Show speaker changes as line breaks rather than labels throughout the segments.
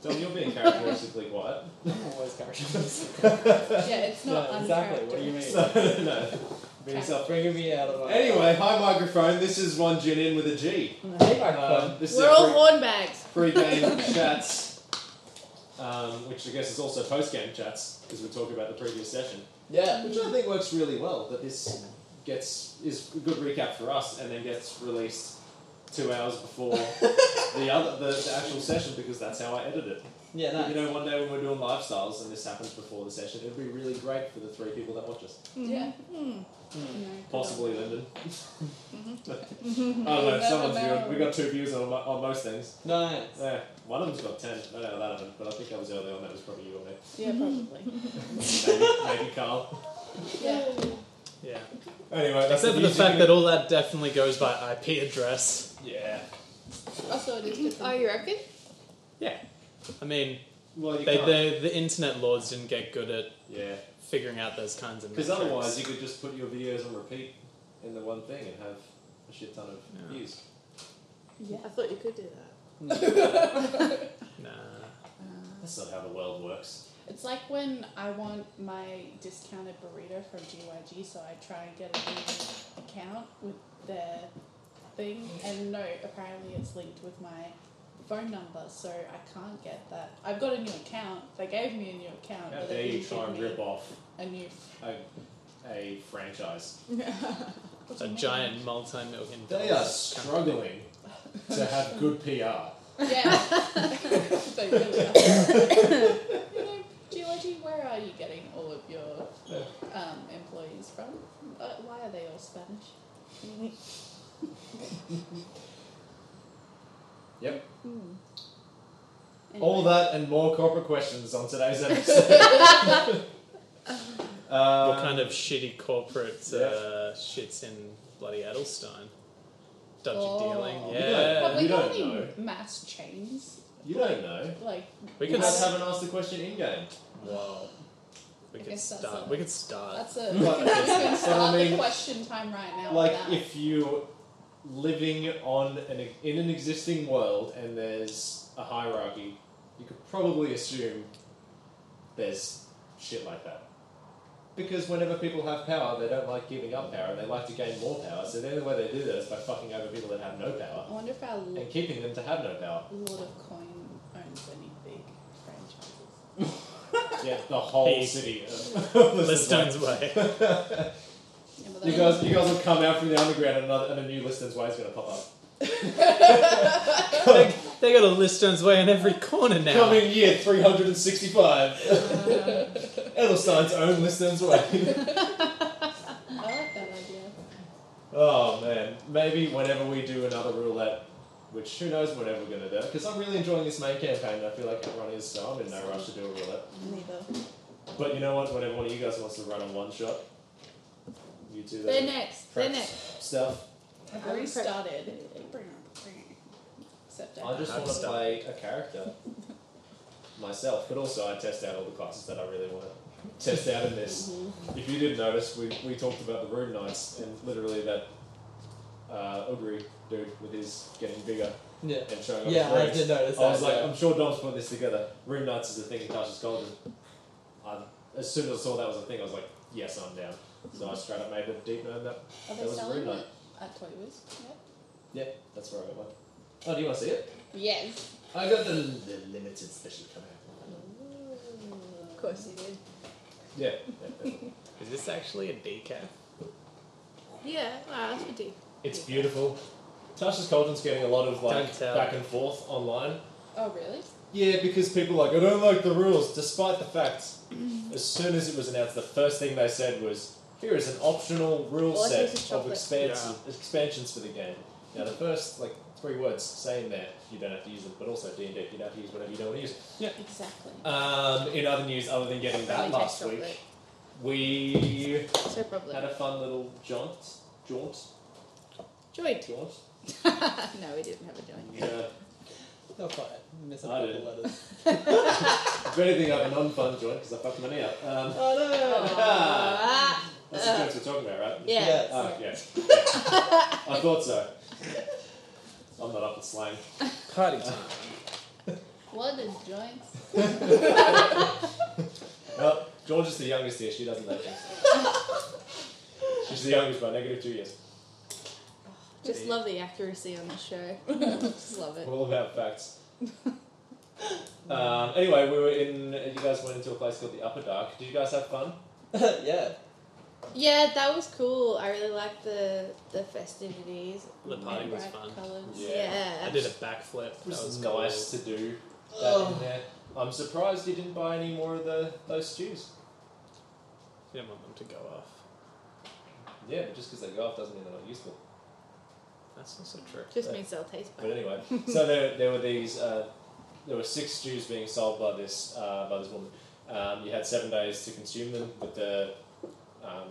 So you're being characteristically quiet.
I'm always characterless.
Yeah, it's not
yeah, exactly. What do you mean?
So, no. Be yourself.
Bringing me out of my.
Anyway, hi microphone. This is one gin in with a G.
Hey, my
Um, this is
We're
our
all
pre-
hornbags.
pre-game chats, um, which I guess is also post-game chats because we're talking about the previous session,
Yeah.
which I think works really well. That this gets is a good recap for us, and then gets released two hours before the other the, the actual session because that's how I edit it.
Yeah,
You
no.
know, one day when we're doing lifestyles and this happens before the session, it'd be really great for the three people that watch us.
Yeah.
Mm.
Hmm. Possibly Lyndon.
Mm-hmm.
I don't know. Someone's viewed. We got two views on, mo- on most things.
No, no.
Yeah, one of them's got ten. I don't know that one, but I think that was early on. That was probably you or me.
Yeah, probably.
Maybe, maybe Carl.
Yeah.
Yeah.
Anyway, that's
Except for the fact that all that definitely goes by IP address.
yeah.
Also, it is different. Oh, you reckon?
I mean,
Well, you
they,
can't.
they, the internet lords didn't get good at
Yeah,
figuring out those kinds of
because
metrics.
otherwise you could just put your videos on repeat in the one thing and have a shit ton of
Yeah.
views.
Yeah. I thought you could do that.
Nah.
That's not how the world works.
Uh, It's like when I want my discounted burrito from GYG, so I try and get a new account with their thing, and no, apparently it's linked with my phone number, so I can't get that. I've got a new account. They gave me a new account.
How
but
dare
they
you
didn't
try
give
and
me
rip off
a new?
a, a franchise?
What do
A
you mean?
giant multi-million
They are
dollars company.
struggling to have good PR.
Yeah. they really are. you know, GYG, where are you getting all of your um, employees from? Uh, why are they all Spanish?
Yep.
Anyway.
All that and more corporate questions on today's episode. um,
What kind of shitty corporate
Yeah.
uh, shits in bloody Edelstein? Dodgy
Oh.
dealing.
Yeah.
Yeah.
Have we
You
got
don't
any
know.
mass chains?
You don't know.
Like,
We
You
could.
guys
s-
haven't asked the question in game.
Whoa. We
I
could
guess that's
start.
a-
We could start.
that's a.
Well,
we can
that's what I
start the
mean.
question time right now.
Like
with that.
if you living on an e, in an existing world and there's a hierarchy, you could probably assume there's shit like that. Because whenever people have power, they don't like giving up power and they like to gain more power. So the only way they do that is by fucking over people that have no power
I wonder if our Lo-
and keeping them to have no power.
Lord of Coin owns any big franchises.
Yeah, the whole
Hey.
city. Of
Listone's way.
Yeah, but
You
those-
guys, you guys will come out from the underground and, another, and a new listeners' way is going to pop up.
they, they got a Listone's way in every corner now.
Coming year 365. Edelstein's own listeners' way.
I like that idea.
oh man, maybe whenever we do another roulette, which who knows whenever we're gonna do, because I'm really enjoying this main campaign. and I feel like everyone is, so I'm in no rush to do a roulette.
Neither.
But you know what? Whenever one of you guys wants to run on one shot, you do
They're
that
next. They're next.
stuff.
I've
I'm
already
pre-
started. Except
I
I
just
I'm
want to
stuck.
play a character myself, but also I test out all the classes that I really want to test out in this.
Mm-hmm.
If you didn't notice, we, we talked about the room knights and literally that uh, Ugri dude with his getting bigger
Yeah.
and showing off
Yeah, I
his rings.
did notice that.
I was like,
yeah.
I'm sure Dom's put this together. Room knights is a thing in Tasha's Golden. I, as soon as I saw that was a thing, I was like, yes, I'm down. So I straight up made the deep note that
Are
that
they
was a room
selling
knight.
it at Toy Wiz? Yep.
That's where I got one. Oh, do you want to see it?
Yes.
I got the, the limited special coming out.
Of course you did.
Yeah. yeah, yeah.
Is this actually a decaf?
Yeah, wow, that's pretty.
it's beautiful. Tasha's Cauldron's getting a lot of
Don't
like
tell.
back and forth online.
Oh, really?
Yeah, because people are like, I don't like the rules, despite the fact as soon as it was announced, the first thing they said was, here is an optional rule
Well, I think it's
set of
chocolate.
expansion, expansions for the game. Now, the first like three words say in there, you don't have to use them, but also D&D, you don't have to use whatever you don't want to use.
Exactly.
Um, in other news, other than getting that
Probably
last
taste
week,
chocolate.
we
So probably.
had a fun little jaunt, jaunt,
Joint.
jaunt.
no, we didn't have a joint.
Yeah.
Not quite. Miss a
I
couple
did.
letters.
If anything, I have a non-fun joint because I fucked money up. Um,
Oh
Ah,
that's the jokes we're talking about, right?
yeah.
Yeah.
Oh, yeah. I thought so. I'm not up to slang.
Party time.
Blood and joints.
Well, George is the youngest here. She doesn't know things. She's the youngest by negative two years.
Just
Yeah.
love the accuracy on the show. Just love it.
All about facts. um, anyway, we were in. You guys went into a place called the Upper Dark. Did you guys have fun?
yeah.
Yeah, that was cool. I really liked the the festivities.
The party was
Bright
fun.
Colours.
Yeah.
I did a backflip. That
It was,
was
nice to do that in there. I'm surprised you didn't buy any more of the those stews.
Cool. Didn't want them to go off.
Yeah, but just because they go off doesn't mean they're not useful.
That's also true.
Just means they'll taste
But
better.
anyway, so there, there were these. Uh, there were six stews being sold by this uh, by this woman. Um, you had seven days to consume them with the um,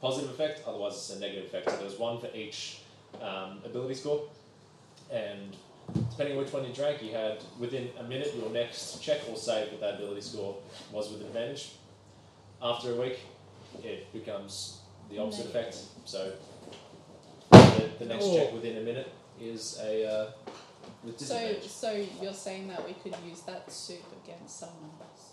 positive effect. Otherwise, it's a negative effect. So there was one for each um, ability score, and depending on which one you drank, you had within a minute your next check or save with that ability score was with advantage. After a week, it becomes the opposite effect. So the, the next check within a minute is a uh, with
So,
disadvantage.
so you're saying that we could use that soup against someone else?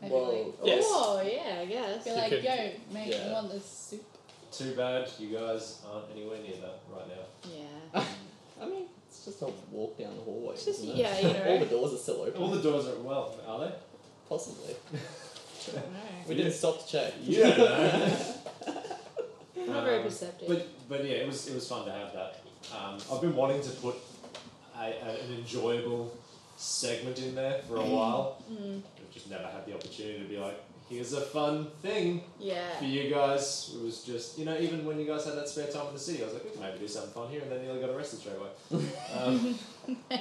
Maybe
Whoa.
like,
Yes.
Oh, yeah, I guess.
be
You
like,
could-
yo, mate,
yeah.
you want this soup?
Too bad you guys aren't anywhere near that right now.
Yeah.
I mean, it's just a walk down the hallway.
It's just-
isn't it?
yeah, you know.
All the doors are still open.
All the doors are well, are they?
Possibly.
No.
We
Yeah.
didn't stop to check.
You don't know.
I'm not very
Um,
perceptive.
But but yeah, it was it was fun to have that. Um, I've been wanting to put a, a, an enjoyable segment in there for a while.
Mm,
I've just never had the opportunity to be like, here's a fun thing for
yeah.
you guys. It was just you know even when you guys had that spare time in the city, I was like, we can maybe do something fun here, and then nearly got arrested straight away. Um,
I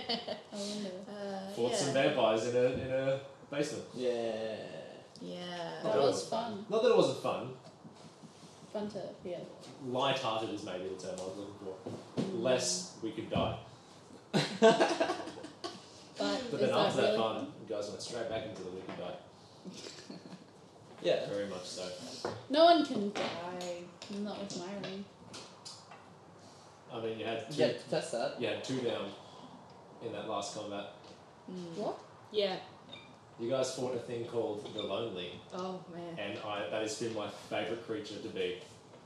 wonder.
Uh,
fought
yeah.
some vampires in a in a basement.
Yeah.
Yeah.
That
That
was
was
fun.
Not that it wasn't fun.
Fun to, yeah.
Light-hearted is maybe the term I was looking for. Less we could die.
But,
But
is
then after that
really
fun, you guys went straight back into the we could die.
Yeah.
Very much so.
No one can die. Not with my ring.
I mean, you had two,
Yeah, test that.
you had two down in that last combat.
Mm.
What?
Yeah.
You guys fought a thing called the Lonely,
Oh, man.
and I, that has been my favourite creature to be.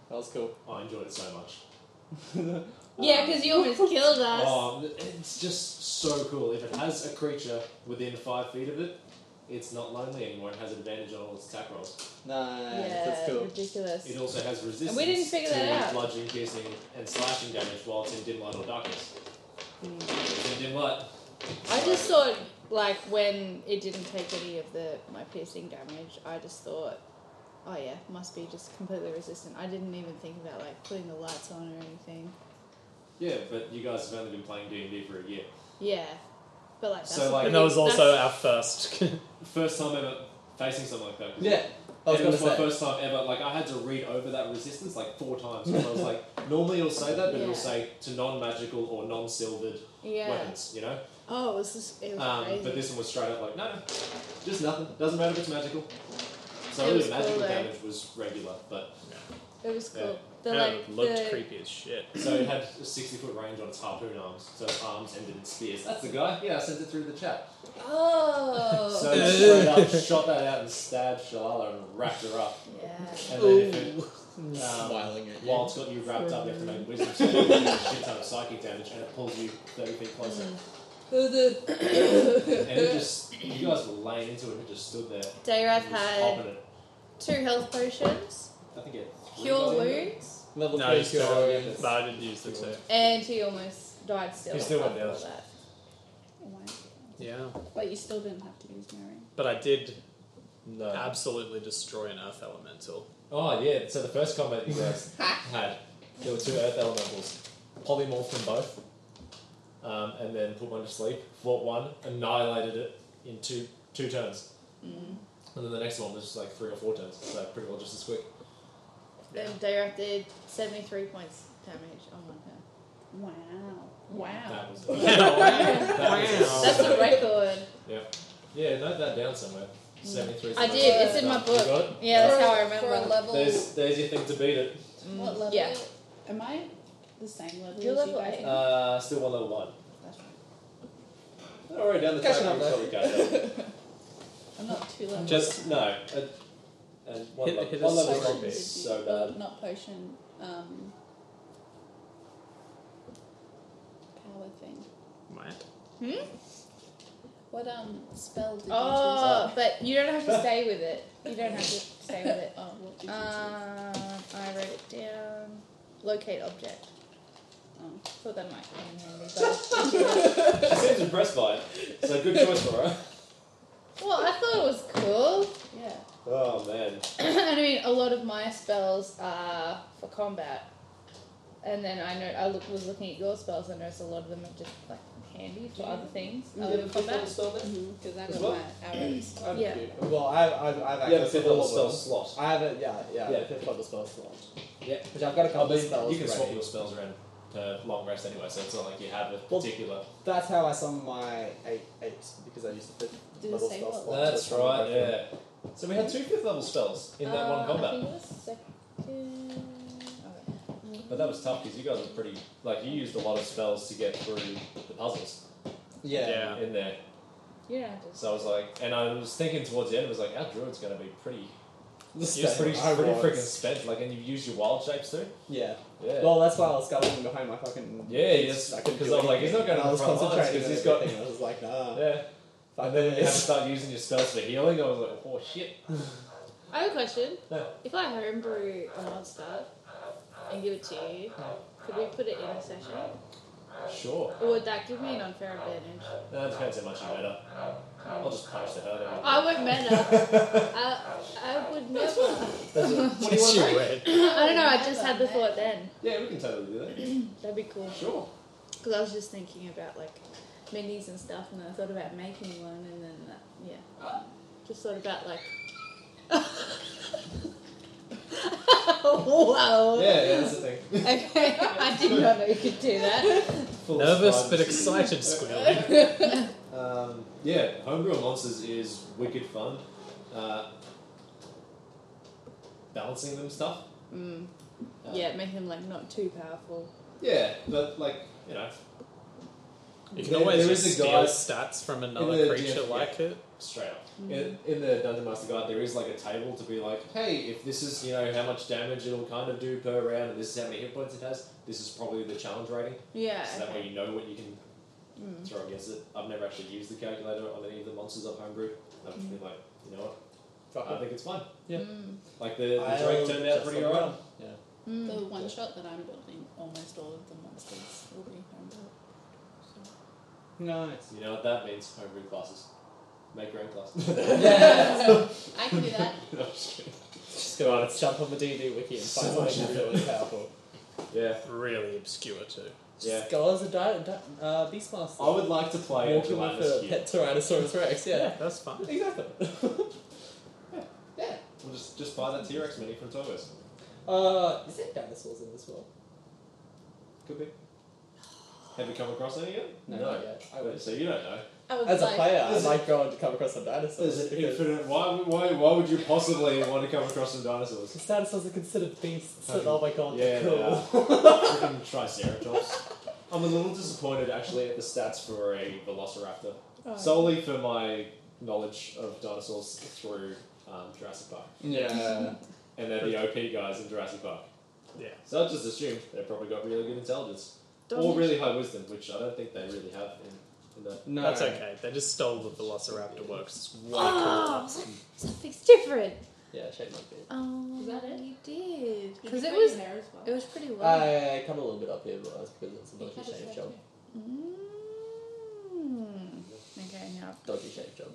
That was cool.
I enjoyed it so much.
Yeah, uh, because you almost killed us.
Oh, it's just so cool. If it has a creature within five feet of it, it's not lonely anymore. It has advantage on all its attack rolls.
Nice.
yeah,
That's cool.
ridiculous.
It also has resistance
And we didn't figure
to
that out.
bludgeoning, piercing, and slashing damage while it's in dim light or darkness.
Mm.
It's in dim light.
I just thought, like, when it didn't take any of the my piercing damage, I just thought, oh yeah, must be just completely resistant. I didn't even think about like putting the lights on or anything.
Yeah, but you guys have only been playing D and D for a year.
Yeah, but like that's
So,
a
like-
And
pretty-
that was also
that's-
our first.
First time ever facing something like that. 'cause
Yeah. I was
it
gonna
was my
say.
first time ever. Like I had to read over that resistance like four times because I was like, normally it'll say that, but
Yeah.
it'll say to non-magical or non-silvered
yeah.
weapons. You know.
Oh, it was just it was
Um,
crazy.
but this one was straight up like, no, no, just nothing. Doesn't matter if it's magical. So
It
all
was
the
cool
magical
though.
damage was regular, but
it was cool.
yeah.
The,
and
like
it looked
the,
creepy as shit.
So it had a 60 foot range on its harpoon arms, so its arms ended in spears. That's the guy? Yeah, I sent it through the chat.
Oh.
So it straight up shot that out and stabbed Shalala and wrapped her up.
yeah.
And then if it, um,
I'm Smiling at you.
while it's got you wrapped up, you have to make a wisdom save, which does a shit ton of psychic damage, and it pulls you 30 feet closer. And it just, you guys were laying into it, and it just stood there. It
Dayrath
was
had
popping it.
two health potions,
I think it.
cure wounds,
Level
No,
three
you still don't
Kyorians.
Yes.
But I didn't use the two.
and he almost died still.
He still went
after all
down.
that.
Why?
Yeah.
But you still didn't have to use my ring.
But I did
No.
absolutely destroy an earth elemental.
Oh, yeah, so the first combat you guys had, there were two earth elementals. Polymorphed them both, um, and then put one to sleep. Fought one, annihilated it in two two turns. And then the next one was just like three or four turns, so pretty well just as quick.
Then Dayrath did 73 points damage on one turn.
Wow. Wow.
That was Oh.
Wow.
That's a record.
Yeah, note that down somewhere. 73
I did, it's in my
You
book.
got it?
Yeah, that's how I
For a
remember.
level.
There's, there's your thing to beat it.
Mm,
what level?
Yeah.
Am I the same level
You're
as
level
you guys?
eight.
Uh, still one level one.
That's right.
All right, down the
Catching
track
up,
we probably
though.
catch up.
I'm not too low.
Just no, and, and one
Hit-
level,
hit
one
us
level
so
stronger
big.
is so bad.
Not potion. Um, power thing.
Right.
What um spell did
Hmm? Oh, but you don't have to stay with it. You don't have to stay
you
with
choose? oh, what did
it. Um,
you choose?
I wrote it down. Locate object.
Oh.
Thought that might come in handy. But
She seems impressed by it, so good choice for her.
well, I thought it was cool.
Yeah.
Oh man,
I mean, a lot of my spells are for combat, and then I know I look, was looking at your spells. I noticed a lot of them are just like handy for other things
Mm.
other than combat.
Because I
As
got
well?
my arrows.
Yeah.
Well, I've, I've,
you have
I've
a
access
fifth
to all
level
of
spell
them.
slot.
I have a, yeah, yeah,
Yeah.
a fifth level spell slot.
Yeah.
Which I've got a couple of spells
you can swap
ready.
your spells around per long rest anyway, so it's not like you have a
Well,
particular.
That's how I summon my eight, eights, because I used the fifth
Did it
level
say
spell
what
slot. to summon my fifth-
yeah. So we had two fifth level spells in that one
Uh, I
combat,
think it was second. Okay.
but that was tough because you guys were pretty like you used a lot of spells to get through the puzzles
Yeah.
Yeah.
in there.
You don't have to.
So I was like, and I was thinking towards the end, I was like, our druid's going to be pretty,
This
you're
is
pretty,
how I
pretty
was.
freaking spent. Like, and you've used your wild shapes too.
Yeah.
Yeah.
Well, that's why I was scuttling behind my fucking.
Yeah, yes,
I couldn't
because
do
I was like, he's not
anything.
going to
And I was
the front lines
concentrating
'cause
on
he's got-
everything. I was like, nah.
yeah.
fuck
And then when you have to
this.
start using your spells for healing, I was like, oh shit.
I have a question.
Yeah.
If I homebrew a monster and give it to you, could we put it in a session?
Sure.
Or would that give me an unfair advantage?
No, it depends how much you better. I'll just punch the hell out of
I would meta. I, I would never.
Yes, you would.
I don't know, I just had the thought then.
you. Yeah, we can totally do that.
That'd be cool.
Sure.
Because I was just thinking about like minis and stuff, and then I thought about making one, and then that, yeah. Just thought about like. wow.
Yeah, yeah, that's the thing.
Okay, I did not know you could do that.
Full
Nervous but
surprises.
excited squealing.
Um, yeah, Homebrew and Monsters is wicked fun. Uh, balancing them stuff.
Mm,
Uh,
yeah, make them like not too powerful.
Yeah, but like, you know,
You can
There-
always
there
just
is a
steal
guy-
stats from another
the
creature
DF
like it.
straight up.
Hmm.
In, in the Dungeon Master Guide, there is like a table to be like, hey, if this is, you know, how much damage it'll kind of do per round, and this is how many hit points it has, this is probably the challenge rating.
Yeah.
So that way you know what you can
Hmm.
Mm.
throw against it. I've never actually used the calculator on any of the monsters I've homebrewed. I've
Hmm.
just been like, you know what,
Fuck
I
it.
think it's fun.
Yeah.
Mm.
Like the, the
I'll
Drake turned out
just
pretty
look
alright.
around. Yeah.
Mm.
The one shot that I'm building, almost all of the monsters will be handled.
Nice.
You know what that means? Homebrew classes. Make your own class.
I can do that.
No, I'm just kidding.
Just go out and jump on the DD wiki and find
So
so
much
something that's really powerful.
yeah,
Really obscure too.
Just
Yeah.
go as a di- di- uh, Beastmaster.
I would like to play a
Walking with
gelatinous
a
cube.
pet Tyrannosaurus Rex, yeah.
that's fun.
Exactly.
We'll just just buy that T Rex mini from Togo's.
uh, is there dinosaurs in this world?
Could be. Have you come across any yet?
not yet. I would.
So you don't know.
I was
As a
like,
player, I
There's a-
like going to come across some dinosaurs.
There's an
because-
infinite. Why, why, why would you possibly want to come across some dinosaurs?
Because dinosaurs are considered beasts, and oh my god,
Yeah,
they're
they
cool.
are. Freaking Triceratops. I'm a little disappointed actually at the stats for a Velociraptor.
Oh.
Solely for my knowledge of dinosaurs through um, Jurassic Park.
Yeah.
And they're the OP guys in Jurassic Park.
Yeah.
So I just assumed they probably got really good intelligence.
Don't-
Or really high wisdom, which I don't think they really have in, in that.
no.
That's okay. They just stole the Velociraptor works. It's way
Oh,
cooler.
something's different.
Yeah, shake my beard.
Oh,
Is that it?
You did
did
because
you put
it
your
was
hair as well?
it was pretty
Uh,
low.
I cut a little bit up here, but that's because it's a
You
dodgy
cut his hair
shave job.
too.
Mm. Okay, now
Dodgy shave job.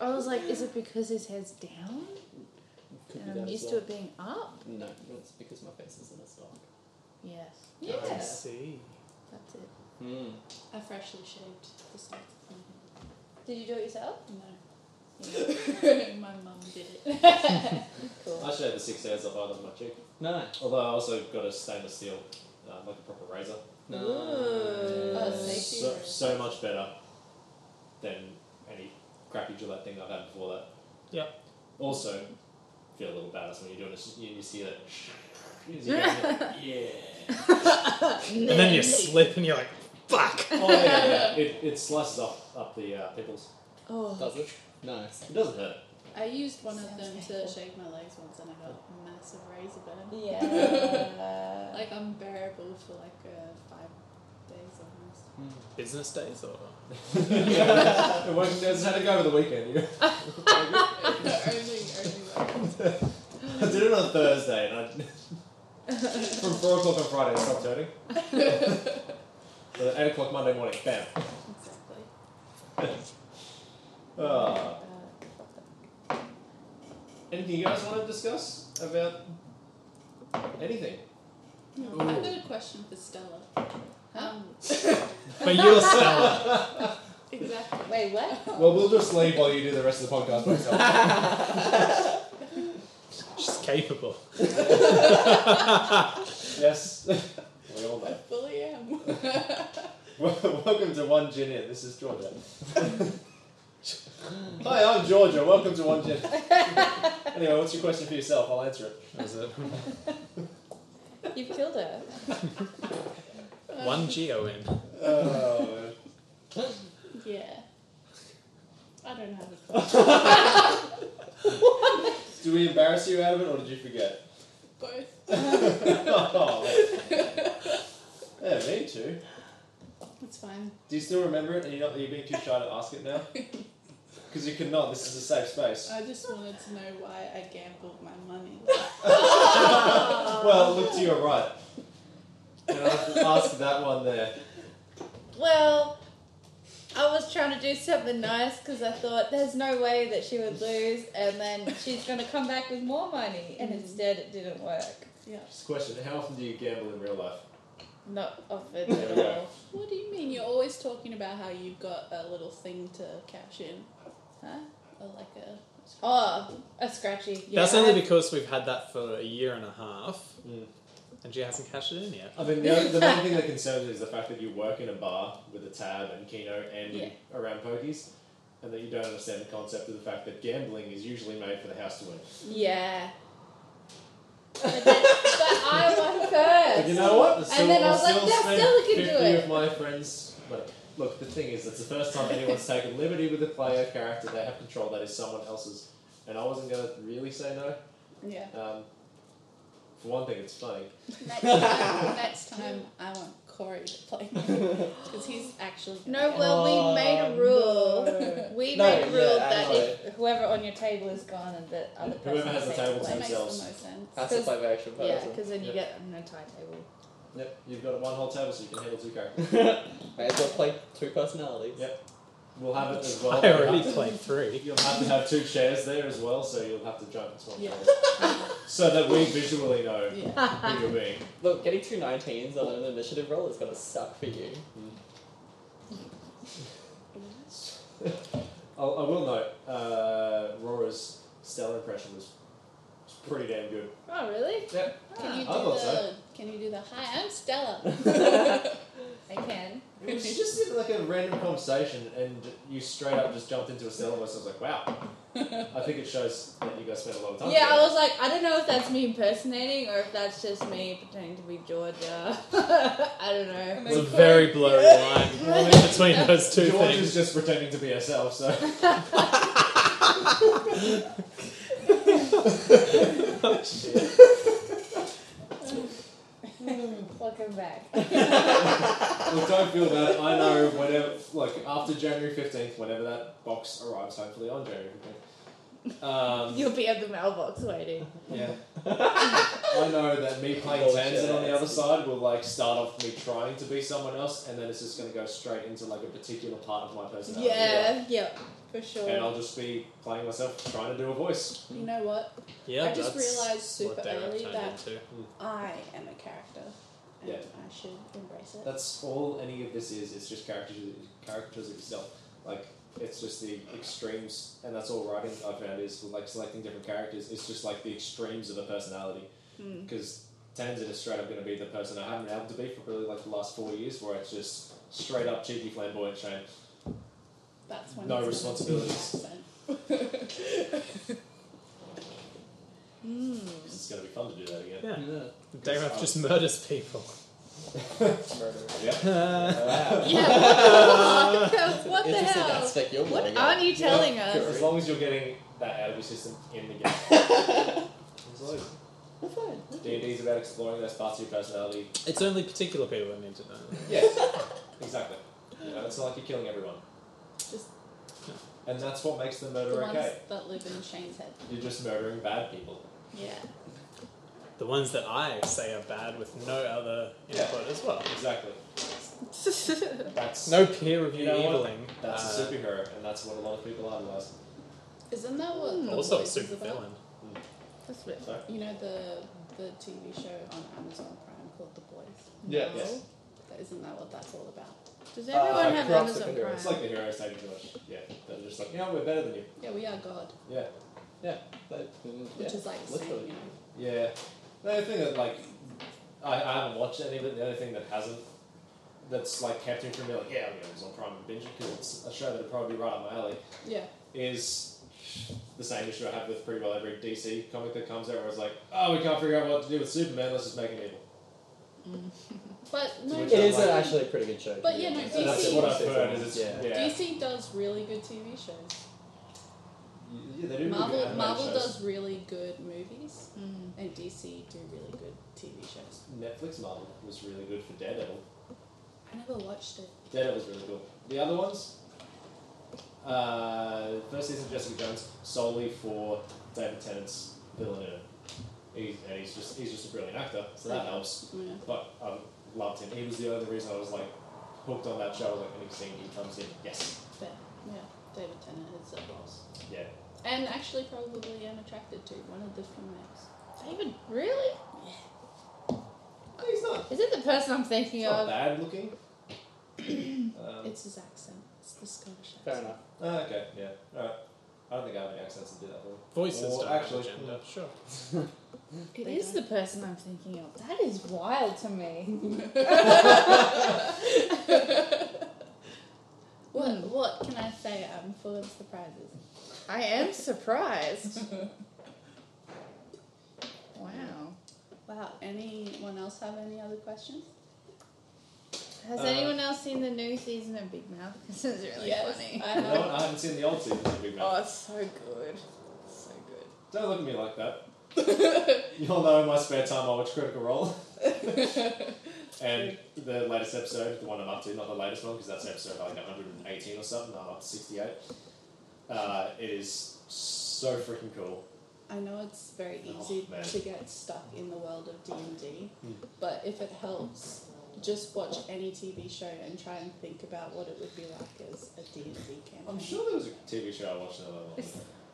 I was like, is it because his head's down?
Could
And I'm used to it being up.
No, it's because my face is in a stock.
Yes,
Yeah.
I see.
that's it.
Hmm.
Mm.
I freshly shaved the sides of my head.
Did you do it yourself?
No. my mum did it.
Cool.
I should have the six hairs off either of my cheek.
No.
Although I also got a stainless steel, uh, like a proper razor.
No.
Ooh.
Oh, see? Safety
so,
razor.
so much better than any crappy Gillette thing I've had before that.
Yep.
Also, feel a little badass when you're doing this and you see that. as you go, yeah.
And then you slip and you're like, Fuck!
Oh yeah, yeah. It, it slices up up the uh, pimples.
Oh,
Does it? Nice.
It doesn't hurt.
I used one of
Sounds
them to
painful.
shave my legs once and I got a massive razor burn.
yeah.
Like unbearable for like uh, five days almost.
Business days or?
it wasn't. It's had to go over the weekend. You
only, only one.
I did it on Thursday, and I from four o'clock on Friday, it stopped hurting. But at eight o'clock Monday morning, bam.
Exactly.
Ah. anything you guys want to discuss about anything?
I've got a question for Stella. Um,
But you're Stella.
exactly.
Wait, what?
Well, we'll just leave while you do the rest of the podcast by yourself.
She's capable.
yes. we all
I
know.
fully am.
Wel- Welcome to One Gin In. This is Georgia. Hi, I'm Georgia. Welcome to One Gin. anyway, what's your question for yourself? I'll answer it.
Is it?
You've killed her.
One G O N.
Oh,
Yeah. I don't have a question.
did we embarrass you out of it, or did you forget?
Both.
oh, man. yeah, me too.
It's fine.
Do you still remember it? And you're not you're being too shy to ask it now? Because you could not. This is a safe space.
I just wanted to know why I gambled my money.
Well, look to your right. You know, ask that one there.
Well, I was trying to do something nice because I thought there's no way that she would lose, and then she's gonna come back with more money, and instead it didn't work.
Yeah.
Just a question: How often do you gamble in real life?
Not offered
There
at
we
all.
go.
What do you mean? You're always talking about how you've got a little thing to cash in. Huh? Or like a.
Oh, a scratchy. Yeah.
That's only because we've had that for a year and a half,
Mm.
and she hasn't cashed it in yet.
I mean, the, only- the main thing that concerns me is the fact that you work in a bar with a tab and keno and
Yeah.
around pokies, and that you don't understand the concept of the fact that gambling is usually made for the house to win.
Yeah. But, then, but I won
But you
first.
know what?
And then I was like, "Yeah,
spend
Stella can do
50
it."
of my friends. But look, the thing is, that's the first time anyone's taken liberty with a player character. They have control. That is someone else's. And I wasn't gonna really say no.
Yeah.
Um, for one thing, it's funny.
Next time, next time I want Corey to play because he's actually. gonna
No,
get
well, we
Oh,
made a rule.
no.
We
No,
made a
yeah,
rule
I
that
know
if whoever on your table is gone and the other person
Whoever has the
takes
table
it.
to
That
away.
makes the
themselves.
most sense.
That's a
Cause-
live action
Yeah,
version.
because then you
Yeah.
get an entire table.
Yep, you've got one whole table, so you can handle two characters.
May as well play two personalities.
Yep. We'll have it as well.
I already played three.
You'll have to have two chairs there as well, so you'll have to jump as one
Yeah.
so that we visually know
Yeah.
who you're being.
Look, getting two 19s on an initiative roll is gonna suck for you.
I'll, I will note, uh, Rora's stellar impression was, was pretty damn good.
Oh, really?
Yep.
Can you do
I thought
the?
so.
Can you do the? Hi, I'm Stella.
I can.
It was just in like a random conversation, and you straight up just jumped into a stellar voice. I was like, wow. I think it shows that you guys spent a lot of time.
Yeah, I
together.
was like, I don't know if that's me impersonating or if that's just me pretending to be Georgia. I don't know.
It's a very blurry line between those two
George is
things.
just pretending to be herself, so. Oh,
Welcome back.
Look, don't feel bad. I know whenever, like, after January 15th, whenever that box arrives, hopefully on January 15th. Um,
You'll be at the mailbox waiting.
yeah. I know that me playing
Bullshit.
Tanzan on the other side will, like, start off me trying to be someone else, and then it's just going to go straight into, like, a particular part of my personality.
Yeah, yeah, for
And
sure.
I'll just be playing myself, trying to do a voice.
You know what?
Yeah,
I just
that's
realised super
what they were
early
turned
that-
into.
I am a character, and
Yeah.
I should embrace it.
That's all any of this is. It's just characters, characters itself. Like it's just the extremes, and that's all writing I found is like selecting different characters. It's just like the extremes of a personality.
Mm.
Because Tanzan is straight up going to be the person I haven't been able to be for really like the last four years, where it's just straight up cheeky, flamboyant shame.
That's when
No
it's
responsibilities.
100%.
Mm.
It's going to be fun to do that again.
Yeah.
Yeah.
Dareth just murders people.
murder.
Yeah, what the fuck? What the
Interesting
hell?
aspect you're
What
learning
aren't you telling us?
As long as you're getting that out of your system in the game. Absolutely.
We're fine. we're
D and D is about exploring those parts of your personality.
It's only particular people that need to know.
Yes, exactly. You know, it's not like you're killing everyone,
Just
and that's what makes the
the
murder
ones
okay.
that live in Shane's head.
You're just murdering bad people.
Yeah.
The ones that I say are bad with no other
Yeah.
input as well.
Exactly. That's
No peer review
You know what?
eviling.
That's
uh,
a superhero, and that's what a lot of people idolize.
Isn't that what
Mm.
The
also a
Boys is
super
about?
villain.
That's weird.
So
You know the the TV show on Amazon Prime called The Boys.
yeah,
No.
yes.
That- Isn't that what that's all about?
Does
Uh,
everyone
like
have
corrupt
Amazon
superheroes.
Prime?
it's like the heroes taking too much. Yeah, they're just like, you know, we're better than you.
Yeah, we are God,
Yeah,
fine. Mm,
which
yeah.
is like the
literally.
same, you know.
yeah. The only thing that like, I, I haven't watched any of it. The only thing that hasn't, that's like kept me from being like, yeah, I'm gonna Amazon Prime and binge it because it's a show that'd probably be right up my alley.
Yeah.
is the same issue I have with pretty well every DC comic that comes out where it's like, oh, we can't figure out what to do with Superman, let's just make him evil.
But no,
Which
It is
like-
DC
actually a pretty good show. to
But
be
yeah, no,
honest.
And that's
DC
what I've heard is it's,
Yeah.
yeah.
DC does really good TV shows.
Yeah, they do really good
Marvel
animated
Marvel
shows.
does really good movies,
Mm.
and DC do really good TV shows.
Netflix Marvel was really good for Daredevil.
I never watched it.
Daredevil's really good. The other ones, uh, first season Jessica Jones solely for David Tennant's Villeneuve. He's, and he's just he's just a brilliant actor, so that
Okay.
helps.
Yeah.
But I loved him. He was the only reason I was like hooked on that show. I was like, anything he comes in, yes,
But yeah, David Tennant is a boss,
yeah.
and actually probably am attracted to one of the females.
David, really?
Oh, He's not.
Is it the person I'm thinking
He's not
of?
bad looking. um,
It's his accent. It's the Scottish accent.
Fair enough.
ah, okay, yeah, all right. I don't think I have any accents to do that for. me.
Voices
Or
don't
actually-
have a gender. Sure.
It is the person I'm thinking of. That is wild to me.
What what can I say? I'm full of surprises.
I am surprised. wow.
Wow. Anyone else have any other questions?
Has
Uh,
anyone else seen the new season of Big Mouth? Because it's really funny.
I
You know
have.
what? I haven't seen the old season of Big Mouth.
Oh, it's so good. So good.
Don't look at me like that. you all know in my spare time I watch Critical Role. and the latest episode, the one I'm up to, not the latest one, because that's episode like 118 or something, I'm up to 68. Uh, it is so freaking cool.
I know it's very
Oh,
easy
man.
to get stuck in the world of D and D,
Hmm.
but if it helps, just watch any TV show and try and think about what it would be like as a D and D campaign.
I'm sure there was a TV show I watched the other one.
Is,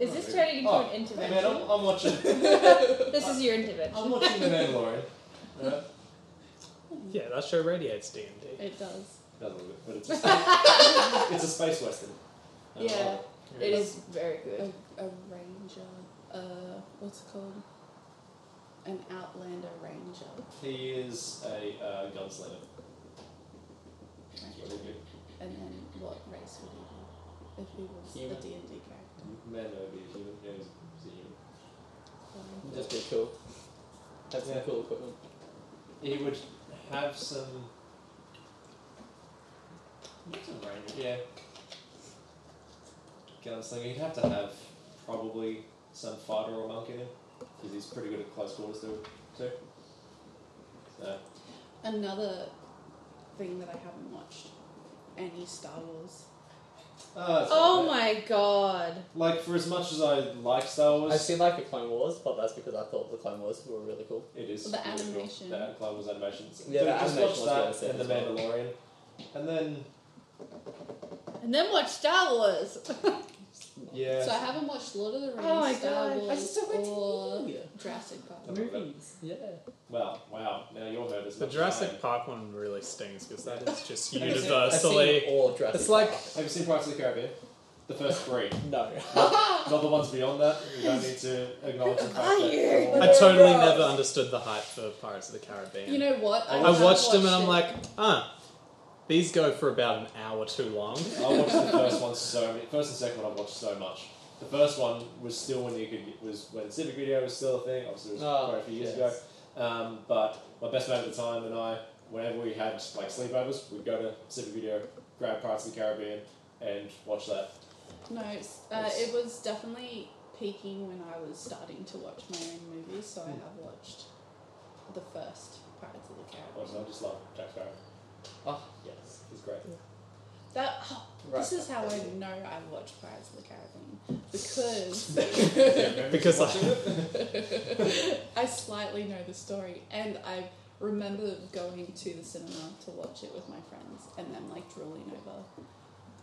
is this turning into
Oh,
an
Hey man,
intervention?
I'm, I'm watching.
This is your
I'm
intervention.
watching The Mandalorian. Yeah,
Yeah, that show radiates D and D.
it does.
doesn't look good, but it's a, it's a space western. I love
Yeah,
It is very good.
A, a ranger. Uh, what's it called? An outlander ranger,
He is a uh, gunslinger. He's really good.
and then what race would he be if he was
Human.
a D and D character?
Man would be a human. Yeah, he's, he's a human.
Um,
Just be cool. Have some
Yeah.
cool equipment.
He would have some. Not some ranger. Yeah. Gunslinger. He'd have to have probably some fighter or monk in him because he's pretty good at close quarters too. too. So
Another thing that I haven't watched any Star Wars.
ah, it's
Oh
okay.
my god.
Like for as much as I like Star Wars,
I've seen like the Clone Wars, but that's because I thought the Clone Wars were really cool.
it is
The
really cool.
animation.
The Clone Wars animations.
Yeah,
Dude,
the
just
animation was
watch
really
that
sick
and The
as well.
Mandalorian, and then
And then watch Star Wars.
yeah.
So I haven't watched Lord of the Rings,
Oh my
Star
God, I
Wars,
just don't like
or
TV.
Jurassic Park.
Oh, Movies, yeah.
Well, wow. Now your murder's
The
not
Jurassic
mine.
Park one really stings because that is just
I've seen-
Uh,
I've
universally.
seen all of Jurassic
It's like
Park.
Have you seen Pirates of the Caribbean? The first three.
no.
Not the ones beyond that. We don't need to acknowledge the fact
Tired.
that.
I totally never understood the hype for Pirates of the Caribbean.
You know what?
I
I
have
watched them and I'm
it.
like, ah, these go for about an hour too long.
I watched the first one so many. First and second one I watched so much. The first one was still when you could was when Civic Video was still a thing. Obviously, it was
Oh,
quite a few years
yes.
ago. Um, but my best mate at the time and I whenever we had like sleepovers, we'd go to Civic Video, grab Pirates of the Caribbean, and watch that.
No, it's- uh, it was definitely peaking when I was starting to watch my own movies, so I have watched the first Pirates of the
Watch
Caribbean.
that. I just love Jack Sparrow.
Oh, yes.
He's great.
That, oh,
Right.
this is how I know I've watched Pirates of the Caribbean because
Because I-
I slightly know the story, and I remember going to the cinema to watch it with my friends, and them like drooling over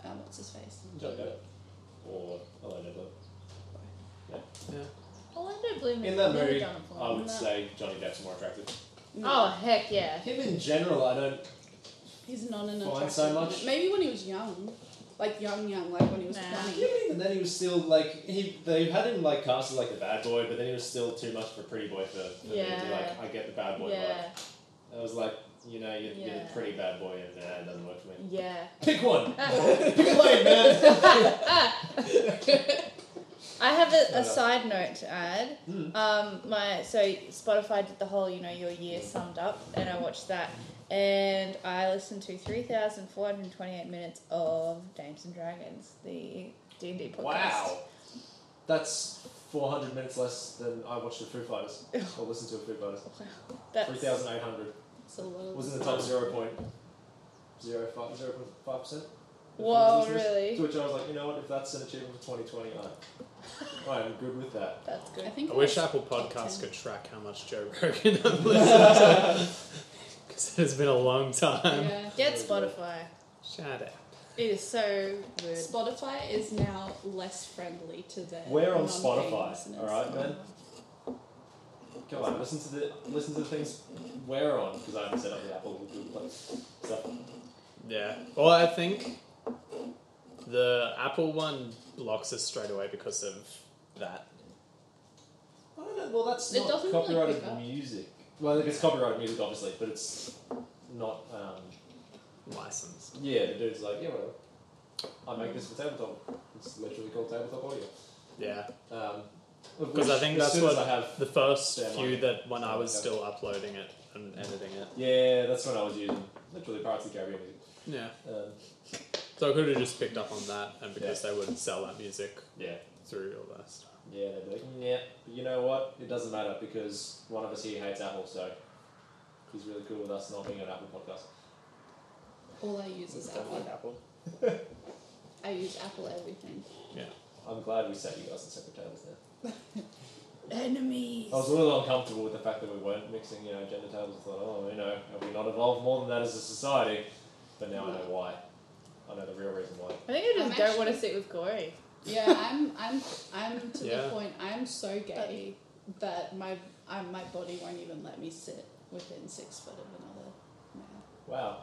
um, what's his face.
John Depp or Orlando Bloom.
Orlando Bloom
In
is
that
never
movie,
done
I
a porn.
would
No.
say Johnny Depp's more attractive.
Oh heck yeah!
Him in general, I don't.
He's not an
Fine
attractive.
so much?
Maybe when he was young, like young, young, like when he was
Nah.
twenty.
Even then, he was still like he. They had him like cast as like the bad boy, but then he was still too much of a pretty boy for, for me to be
Yeah.
like. I get the bad boy
Yeah,
vibe. I was like, you know, you're, you're
Yeah.
the pretty bad boy, and nah, it doesn't work for me.
yeah.
Pick one.
Ah.
Pick a lane, man.
I have a,
Yeah.
a side note to add.
Hmm.
Um, my so Spotify did the whole you know your year summed up, and I watched that, and I listened to three thousand four hundred twenty eight minutes of Dames and Dragons, the D and D podcast.
Wow. That's 400 minutes less than I watched the Foo Fighters or listened to the Foo Fighters.
that's
3,800
It's a little.
was in the top 0.05 percent.
Whoa, really?
To which I was like, you know what? If that's an achievement for 2020, I, I'm good with that.
That's good.
I think.
I wish
that's
Apple
top
Podcasts
10.
could track how much Joe Rogan I've listened to. Because it has been a long time.
Yeah.
Get Spotify.
Shout out.
It is so good.
Spotify is now less friendly to their.
We're on
non-paying
Spotify,
listeners.
all right, man. Come on, listen to the listen to the things we're on because I haven't set up the Apple or Google Play stuff.
Yeah. Well, I think the Apple one blocks us straight away because of that.
I don't know, well, that's
It
not
doesn't really
copyrighted
pick up.
music. Well, it's copyrighted music, obviously, but it's not. Um,
License.
yeah, the dude's like, yeah, whatever. I make this for tabletop. It's literally called tabletop audio.
Yeah.
Um, of
Because
which,
I think
as
that's
soon
what
as I have.
The first
Stand
few
on it.
that when I
Stand
was
on it.
still uploading it and editing it.
Yeah, that's when I was using literally Pirates of the Caribbean music.
Yeah.
Um,
So I could have just picked up on that, and because they wouldn't sell that music
yeah,
through all that stuff.
yeah, they'd be like, "Mm, yeah. But you know what? It doesn't matter because one of us here hates Apple, so he's really cool with us not being an Apple podcast.
All I use is
Don't like
Apple.
Apple.
I use Apple everything.
I'm glad we sat you guys in separate tables now.
Enemies.
I was a little uncomfortable with the fact that we weren't mixing, you know, gender tables. I thought, oh, you know, have we not evolved more than that as a society? But now I know why. I know the real reason why.
I think I just
I'm
don't want to
actually-
sit with Corey.
Yeah, I'm. I'm. I'm to the
Yeah.
point. I'm so gay that my I, my body won't even let me sit within six foot of another man.
Wow.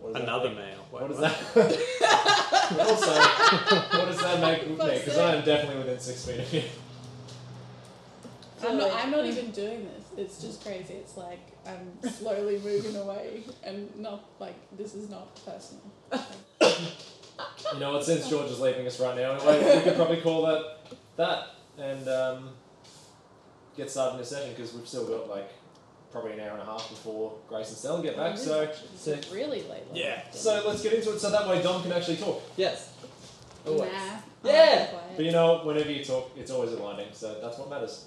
What does
Another
That
male.
what
Wait,
does that? also, what does that make with me?
Fuck's
Because I am definitely within six feet of you.
I'm not,
Really?
I'm not even doing this. It's just crazy. It's like I'm slowly moving away and not like this is not personal.
You know what? Since George is leaving us right now, anyway, we could probably call that that and um, get started in a session because we've still got like probably an hour and a half before Grace and Stella get back.
This
So,
is- this is really late. late
Yeah.
afternoon.
so let's get into it. So that way Dom can actually talk.
Yes.
nah.
Always.
I'm
Yeah.
quiet.
But you know, what? whenever you talk, it's always aligning, so that's what matters.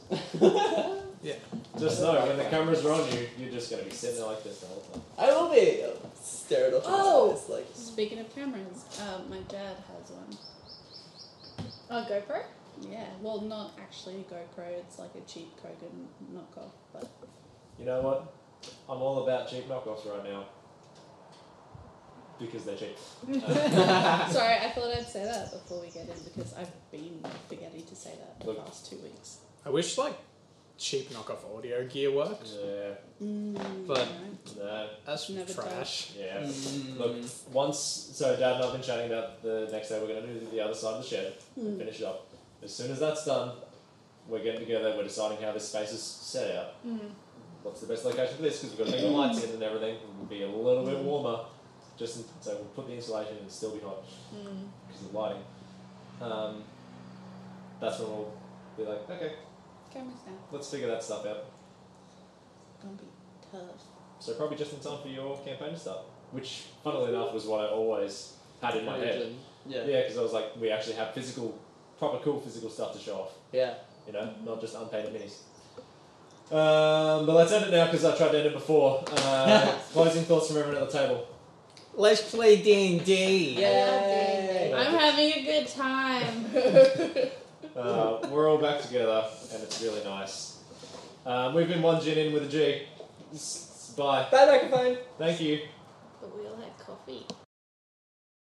Yeah.
Just know when the cameras are on you, you're just gonna be sitting there like this the whole time.
I will be uh, stared off. in
Oh.
the space, like
Speaking of cameras, um, my dad has one.
Oh, GoPro.
Yeah. Well, not actually a GoPro. It's like a cheap Kogan knockoff. But
You know what? I'm all about cheap knockoffs right now because they're cheap.
sorry, I thought I'd say that before we get in because I've been forgetting to say that the
Look.
past two weeks.
I wish like cheap knockoff audio gear worked.
Yeah,
Mm,
But-
no.
no,
That's
Never
trash.
yeah.
Mm.
Look, once so Dad and I've been chatting about the next day we're gonna do the other side of the shed
Mm.
and finish it up. As soon as that's done, we're getting together. We're deciding how this space is set out. What's the best location for this? Because we've got to take the lights in and everything. It'll be a little bit warmer. Just in, so we'll put the insulation and still be hot because of lighting. Um, that's when we'll be like, okay,
cameras now.
let's figure that stuff out.
Gonna be tough.
So probably just in time for your campaign to start. Which, funnily enough, was what I always had in my head.
Origin. Yeah.
Yeah, because I was like, we actually have physical, proper cool physical stuff to show off.
Yeah.
You know, not just unpainted minis. Um, but let's end it now because I tried to end it before. Uh, closing thoughts from everyone at the table.
Let's play D and D.
Yeah.
I'm having a good time.
Uh, we're all back together, and it's really nice. Um, we've been one gin in with a G. S- s- Bye.
Bye microphone.
Thank you.
but we all had coffee.